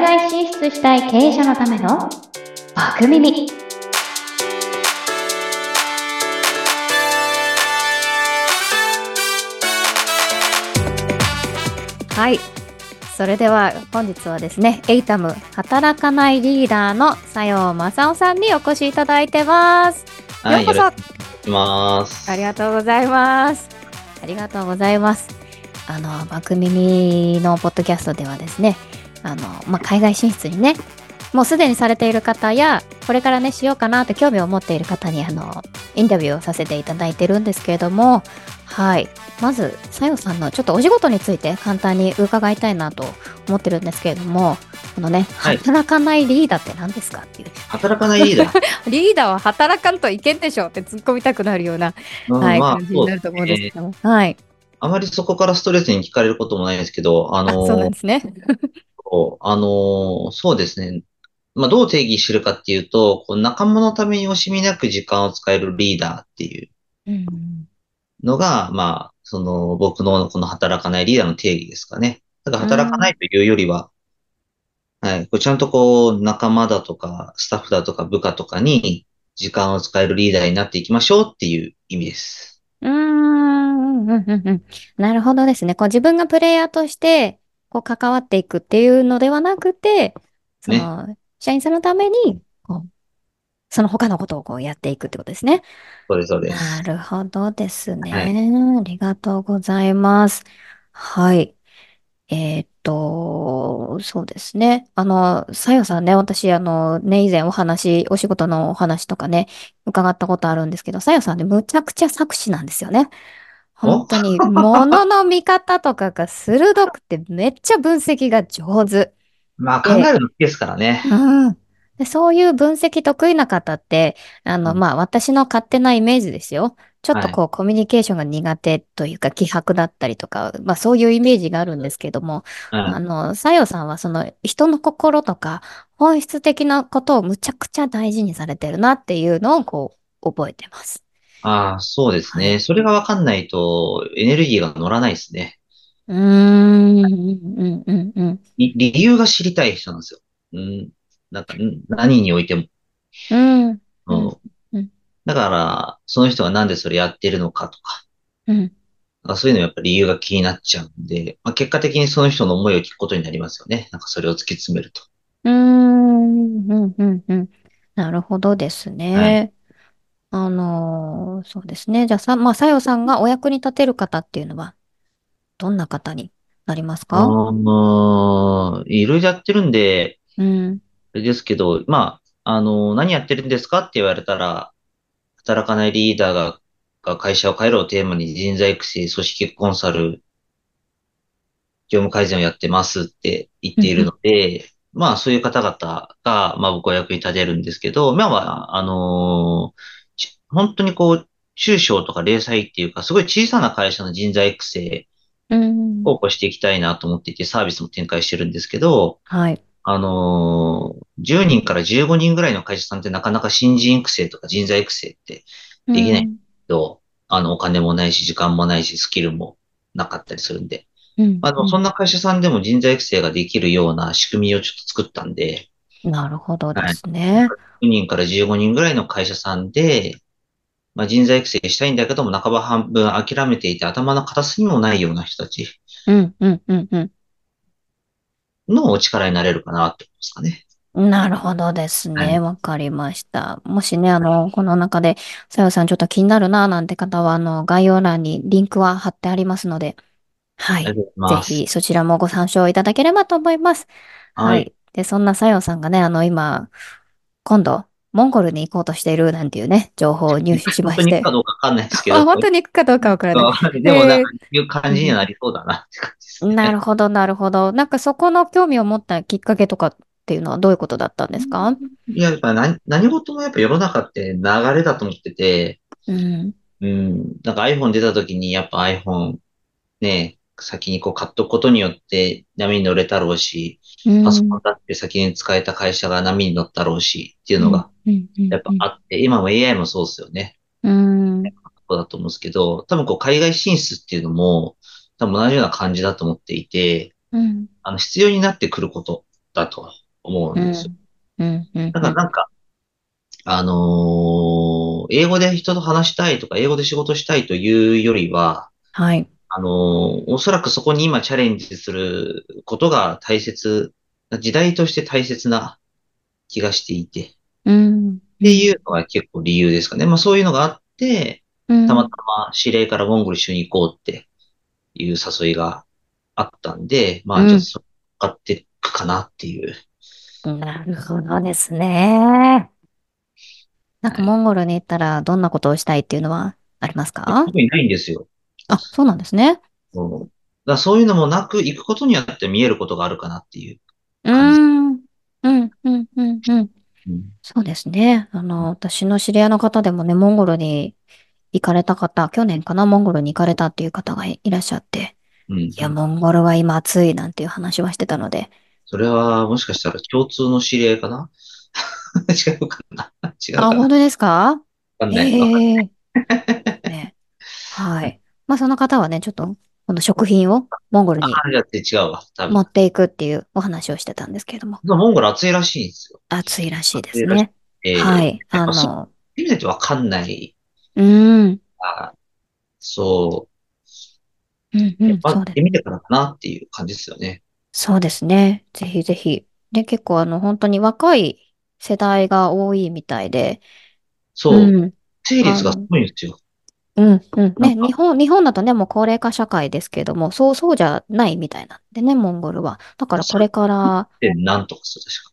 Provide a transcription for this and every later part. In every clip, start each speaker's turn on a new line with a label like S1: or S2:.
S1: 外進出したい経営者のためのバク耳。はい。それでは本日はですね、エイタム働かないリーダーの佐用正夫さんにお越しいただいてます。
S2: はい、
S1: よ
S2: よ
S1: うこ
S2: ろ
S1: そ
S2: しくお願いします。
S1: ありがとうございます。ありがとうございます。あの、番組のポッドキャストではですね、あの、まあ、海外進出にね、もうすでにされている方や、これからね、しようかなと興味を持っている方に、あの、インタビューをさせていただいてるんですけれども、はい。まず、さよさんのちょっとお仕事について簡単に伺いたいなと思ってるんですけれども、このね、
S2: はい
S1: 働かないリーダーって何ですかっていう。
S2: 働かないリー ダー。
S1: リーダーは働かんといけんでしょって突っ込みたくなるような
S2: うん
S1: はい、
S2: まあ
S1: 感じ
S2: そ
S1: に
S2: う
S1: な
S2: で
S1: ると
S2: す
S1: 思うんです
S2: ね
S1: け。ども。はい。
S2: あまりそこからストレートに聞かれることもないですけど、あ
S1: あ、
S2: の
S1: そうなんですね。
S2: こうあのーそうですね。まあ、どう定義してるかっていうと、こう仲間のために惜しみなく時間を使えるリーダーっていう
S1: うん。
S2: のが、まあ、その僕のこの働かないリーダーの定義ですかね。だから働かないというよりは、はい、こうちゃんとこう仲間だとか、スタッフだとか部下とかに時間を使えるリーダーになっていきましょうっていう意味です。
S1: うーん、うん、うん、うんうん。なるほどですね。こう自分がプレイヤーとして、こう関わっていくっていうのではなくて、その、社員さんのために、こう、その他のことをこうやっていくってことですね。
S2: そうです、そうで
S1: な
S2: す。
S1: るほどですね。
S2: はい
S1: ありがとうございます。はい。えーっと、そうですね。あの、さよさんね、私、あの、ね、以前お話、お仕事のお話とかね、伺ったことあるんですけど、さよさんね、むちゃくちゃ作詞なんですよね。本
S2: お
S1: 当に、ものの見方とかが鋭くて、めっちゃ分析が上手。
S2: まあ、
S1: で
S2: 考えるの好きですからね。
S1: うんでそういう分析得意な方って、あの、
S2: うん
S1: まあ、私の勝手なイメージですよ。ちょっと
S2: はい
S1: こう、コミュニケーションが苦手というか、希薄だったりとか、まあ、そういうイメージがあるんですけども、
S2: うん
S1: あの、さよさんはその、人の心とか、本質的なことをむちゃくちゃ大事にされてるなっていうのを、こう、覚えてます。
S2: ああ、そうです
S1: は
S2: ね。それがわかんないと、エネルギーが乗らないですね。
S1: うーん、うん、うん、うん。
S2: り理由が知りたい人なんですよ。うん。なんか、ん何においても。
S1: うん、
S2: う
S1: うんうんん。
S2: だから、その人がなんでそれやってるのかとか、
S1: うん。
S2: なんかそういうのやっぱり理由が気になっちゃうんで、まあ、結果的にその人の思いを聞くことになりますよね。なんかそれを突き詰めると。
S1: うーん、うん、うん、うん。なるほどですね。あのーそうですね。じゃあさ、まあ、さよさんがお役に立てる方っていうのは、どんな方になりますか
S2: ああ、いろいろやってるんで、
S1: うん。
S2: あれですけど、まあ、あの、何やってるんですかって言われたら、働かないリーダーが、が会社を変えろをテーマに人材育成、組織コンサル、業務改善をやってますって言っているので、まあそういう方々が、まあ僕は役に立てるんですけど、まあまあ、あのち本当にこう、中小とか零細っていうか、すごい小さな会社の人材育成
S1: うん。
S2: をこうしていきたいなと思っていて、サービスも展開してるんですけど、
S1: はい。
S2: あのー10人から15人ぐらいの会社さんってなかなか新人育成とか人材育成って、できないどうあの、お金もないし、時間もないし、スキルもなかったりするんで。
S1: うん。うん。
S2: あの、そんな会社さんでも人材育成ができるような仕組みをちょっと作ったんで、
S1: なるほどですね。
S2: 10人から15人ぐらいの会社さんで、まあ、人材育成したいんだけども、半ば半分諦めていて頭の片隅もないような人たち
S1: うん、うん、うん、うん。
S2: のお力になれるかなって思いますかね。
S1: なるほどです
S2: は
S1: ね。
S2: い
S1: わかりました。もしね、あの、この中で、さよさんちょっと気になるな、なんて方は、あの、概要欄にリンクは貼ってありますので、は
S2: あ
S1: い
S2: りが。とうご
S1: ぜ
S2: ざいます。
S1: ひ、そちらもご参照いただければと思います。
S2: は
S1: は
S2: い
S1: い。で、そんなさよさんがね、あの、今、今度、モンゴルに行こうとしているなんていうね、情報を入手しま
S2: 本当
S1: し
S2: に行く
S1: て
S2: か。どうかわかんないですけど。
S1: あ、本当に行くかどうかわからない。
S2: あでもなんか、いう感じにはなりそうだなって感じですね。
S1: なるほど、なるほど。なんかそこの興味を持ったきっかけとかっていうのはどういうことだったんですか
S2: いや、やっぱ何、何事もやっぱ世の中って流れだと思ってて、
S1: うん。
S2: うん、なんか iPhone 出た時にやっぱ iPhone ね、先にこう買っとくことによって波に乗れたろうし、
S1: うん
S2: パソコンだって先に使えた会社が波に乗ったろうしっていうのが、
S1: うんうん
S2: やっぱあって、今も AI もそうですよね。
S1: うん。
S2: そうだと思うんですけど、多分こう海外進出っていうのも、多分同じような感じだと思っていて、
S1: うん。
S2: あの、必要になってくることだと思うんですよ。
S1: うんうん
S2: だからなんか、あのー英語で人と話したいとか、英語で仕事したいというよりは、
S1: はい。
S2: あのーおそらくそこに今チャレンジすることが大切、時代として大切な気がしていて、っ
S1: うん。
S2: ていうのが結構理由ですかね。まあそういうのがあって、
S1: うん
S2: たまたま指令からモンゴル一緒に行こうっていう誘いがあったんで、
S1: う
S2: まあ
S1: ん
S2: ちょっとそれを買っていくかなっていう。
S1: なるほどですね。なんかモンゴルに行ったらどんなことをしたいっていうのはありますか
S2: 特にないんですよ。
S1: あ、そうなんですね。
S2: うんだからそういうのもなく、行くことによって見えることがあるかなっていう。
S1: うーん。うん、うん、うん、うん。
S2: うん
S1: そうですね。あの、私の知り合いの方でもね、モンゴルに行かれた方、去年かな、モンゴルに行かれたっていう方がいいらっしゃって、
S2: うん
S1: いや、モンゴルは今暑いなんていう話はしてたので、
S2: それはもしかしたら共通の知り合いかな 違うかな違う
S1: あ、
S2: かなわ
S1: 本当ですか
S2: か
S1: え
S2: んない。わかんない
S1: えね。はい。まあ、その方はね、ちょっと、この食品をモンゴルに
S2: あ、じゃあ違うわ。多分。
S1: 持っていくっていうお話をしてたんですけれども、
S2: モンゴル暑いらしいんですよ。
S1: 暑いらしいです
S2: 暑いらし
S1: ね。
S2: えー
S1: はい。あ
S2: ぱそう
S1: の、
S2: 見ないとわかんない。
S1: うん、
S2: あそ
S1: うん、
S2: う。
S1: うん、
S2: まあ
S1: そうで
S2: 行っ
S1: す。
S2: てみてからかなっていう感じですよね。
S1: そうですね。ぜひぜひ。で、結構あの、本当に若い世代が多いみたいで、
S2: そう。
S1: うん、
S2: 整列がすごいんですよ。
S1: うん、うん。
S2: な
S1: ね、
S2: んか
S1: 日本、日本だとね、もう高齢化社会ですけども、そう、そうじゃないみたいなんでね、モンゴルは。だからこれから、
S2: で、なんとかそう、確か。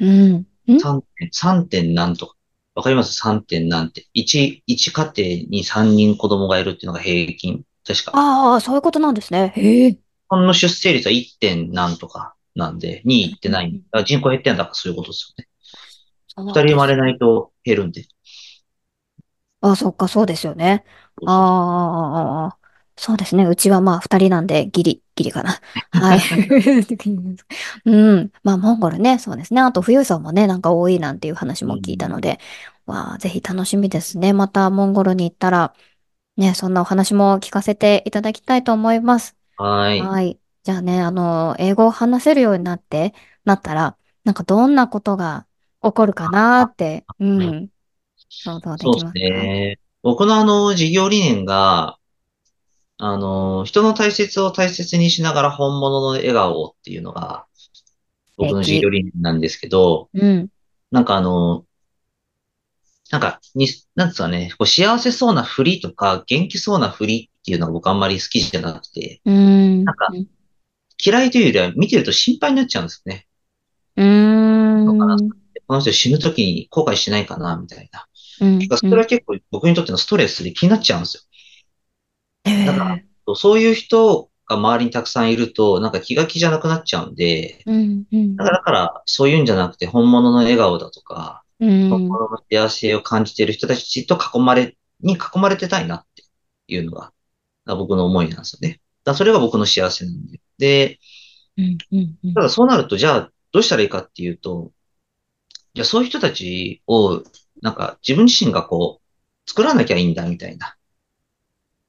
S1: うん、ん
S2: 三点、三点なんとか。わかります三点なんて。一、一家庭に三人子供がいるっていうのが平均。確か。
S1: ああ、そういうことなんですね。へえ。
S2: 日本の出生率は1点なんとかなんで、2いってないんで。だから人口減ってんだからそういうことですよね。
S1: そう
S2: 二
S1: なん
S2: 人生まれ
S1: です。
S2: ないと減るんで。
S1: あ、そっか、そうですよね。ああ、ああ、ああそうですね。うちはまあ二人なんで、ギリ、ギリ かな。はい。うん。まあ、モンゴルね、そうですね。あと、富裕層もね、なんか多いなんていう話も聞いたので、わあ、ぜひ楽しみですね。また、モンゴルに行ったら、ね、そんなお話も聞かせていただきたいと思います。
S2: はーい。
S1: はい。じゃあね、あの、英語を話せるようになって、なったら、なんかどんなことが起こるかなって、うん、想像で
S2: そう
S1: き
S2: です
S1: ますか
S2: ね。僕のあの、事業理念が、あの、人の大切を大切にしながら本物の笑顔をっていうのが、僕の事業理念なんですけど、
S1: うん、
S2: なんかあの、なんか、に、なんですかね、こう幸せそうな振りとか、元気そうな振りっていうのが僕あんまり好きじゃなくて、
S1: うん、
S2: なんか嫌いというよりは見てると心配になっちゃうんですよね。
S1: うん、
S2: のかな
S1: うん、
S2: この人死ぬ時に後悔しないかな、みたいな。
S1: うん、
S2: てかそれは結構僕にとってのストレスで気になっちゃうんです
S1: え
S2: だからよ。そういう人が周りにたくさんいると、なんか気が気じゃなくなっちゃうんで、
S1: うん、うん
S2: だ、から、だからそういうんじゃなくて本物の笑顔だとか、
S1: うん
S2: 本、物の幸せを感じている人たちと囲まれ、に囲まれてたいなっていうのが、だから僕の思いなんですよね。だからそれが僕の幸せなんで。で、
S1: うん、うん、うん
S2: ただそうなると、じゃあ、どうしたらいいかっていうと、じゃあそういう人たちを、なんか自分自身がこう、作らなきゃいいんだみたいな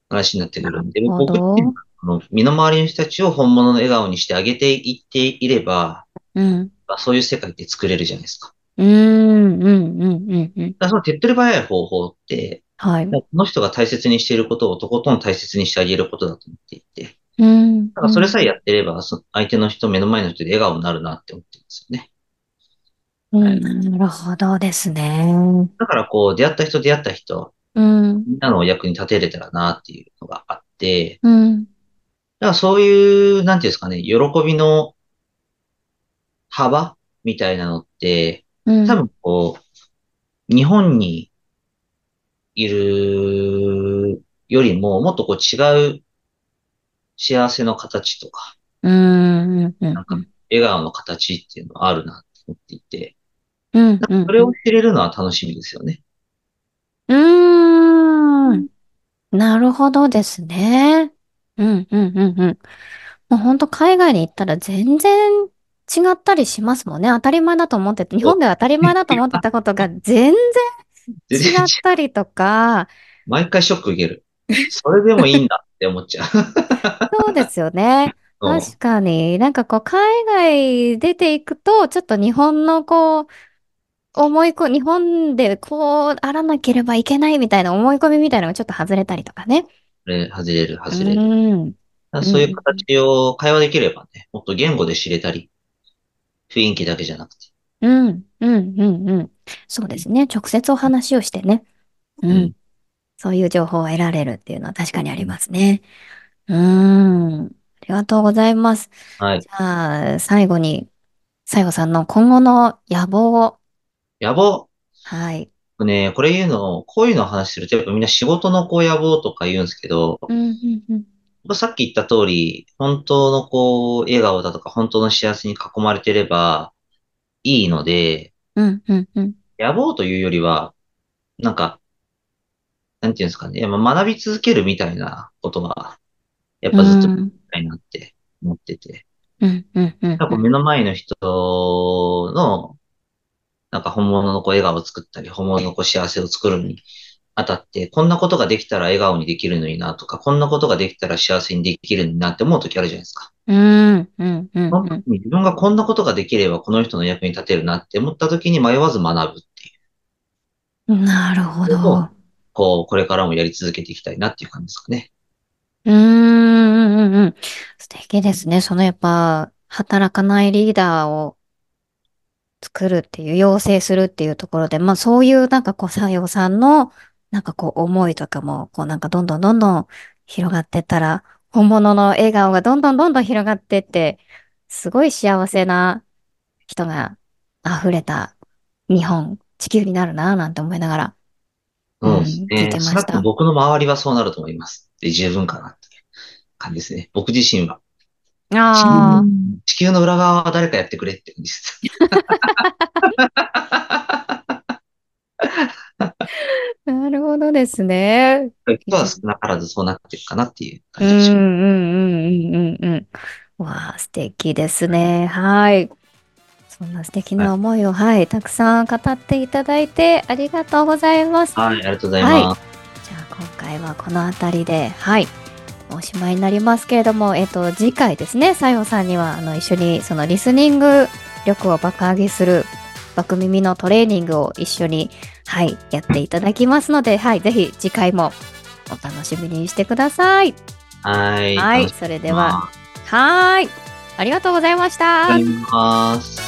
S2: 話になってくるんで、
S1: なるほ
S2: 僕
S1: ど
S2: っていうのはこの身の回りの人たちを本物の笑顔にしてあげていっていれば、
S1: うん、
S2: まあそういう世界って作れるじゃないですか。
S1: うん、うん、うん、うん、うん、
S2: だからその手っ取り早い方法って、
S1: はい。
S2: もうこの人が大切にしていることをとことん大切にしてあげることだと思っていて、
S1: うん、
S2: だからそれさえやってれば、そ相手の人、目の前の人で笑顔になるなって思ってるんですよね。
S1: うん、なるほどですね。
S2: だからこう、出会った人出会った人、
S1: うん、
S2: みんなのお役に立てれたらなっていうのがあって、
S1: うん、
S2: だからそういう、なんていうんですかね、喜びの幅みたいなのって、
S1: うん、
S2: 多分こう、日本にいるよりも、もっとこう違う幸せの形とか、
S1: うん、うん、うん、
S2: なんか笑顔の形っていうのはあるなって思っていて、
S1: うん、
S2: なん
S1: う
S2: か
S1: ん
S2: それを知れるのは楽しみですよね。
S1: うーん。なるほどですね。うん、うん、うん、うん。もう本当海外に行ったら全然違ったりしますもんね。当たり前だと思ってて、日本では当たり前だと思ってたことが全然違ったりとか、
S2: 毎回ショック受ける。それでもいいんだって思っちゃう。
S1: そうですよね。
S2: うん
S1: 確かに、なんかこう、海外出ていくと、ちょっと日本のこう、思い込み、日本でこう、あらなければいけないみたいな思い込みみたいなのがちょっと外れたりとかね。
S2: ね外れる、外れる。
S1: うん。
S2: そういう形を会話できればね、もっと言語で知れたり、雰囲気だけじゃなくて。
S1: うん、うん、うん、うん。そうですね。直接お話をしてね。う
S2: うんん。
S1: そういう情報を得られるっていうのは確かにありますね。うーん。ありがとうございます。
S2: はい
S1: じ。ゃあ、最後に、西郷さんの今後の野望を。
S2: 野望。
S1: はい。
S2: ね、これ言うの、こういうのを話すると、やっぱみんな仕事のこう野望とか言うんですけど、
S1: うん、うん、うん。
S2: さっき言った通り、本当のこう、笑顔だとか、本当の幸せに囲まれてればいいので、
S1: うん、うん、うん。
S2: 野望というよりは、なんか、なんていうんですかね、いやまあ学び続けるみたいなことは、やっぱずっと
S1: う
S2: 見
S1: ん
S2: たいなって思ってて、
S1: うん、うん、うん
S2: なんか目の前の人の、なんか本物のこう笑顔を作ったり、本物のこう幸せを作るにあたって、こんなことができたら笑顔にできるのになとか、こんなことができたら幸せにできるのになって思う時あるじゃないですか。
S1: うん、うん、うん、
S2: その
S1: うん
S2: 時。に自分がこんなことができればこの人の役に立てるなって思った時に迷わず学ぶっていう。
S1: なるほど。
S2: こう、これからもやり続けていきたいなっていう感じですかね。
S1: うーん、うん、うんうん。素敵ですね。そのやっぱ、働かないリーダーを作るっていう、養成するっていうところで、まあそういうなんかこう、採用さんの、なんかこう、思いとかも、こうなんかどんどんどんどん広がってったら、本物の笑顔がどんどんどんどん広がってって、すごい幸せな人が溢れた日本、地球になるなぁなんて思いながら。うん
S2: そうですね
S1: 聞いてました
S2: 少なくとも僕の周りはそうなると思います。で、十分かなっていう感じですね。僕自身は。
S1: ああ、
S2: 地球の裏側は誰かやってくれって感じです。
S1: なるほどですね。
S2: 人は少なからずそうなってるかなっていう
S1: う
S2: 感
S1: ん
S2: じ
S1: う
S2: がします。
S1: んうんうんうんうん。わあ、素敵ですね。はい。そんな素敵な思いを、はい、たくさん語っていただいてありがとうございます。
S2: はい、ありがとうございます。
S1: じゃあ今回はこの辺りで、はい、おしまいになりますけれども、えっと、次回ですね、西郷さんにはあの一緒にそのリスニング力を爆上げする爆耳のトレーニングを一緒に、はい、やっていただきますので、はい、ぜひ次回もお楽しみにしてください。
S2: はい。
S1: はい、
S2: 楽し
S1: それ
S2: み
S1: で
S2: に
S1: は、はーい。ありがとうございました。
S2: してます。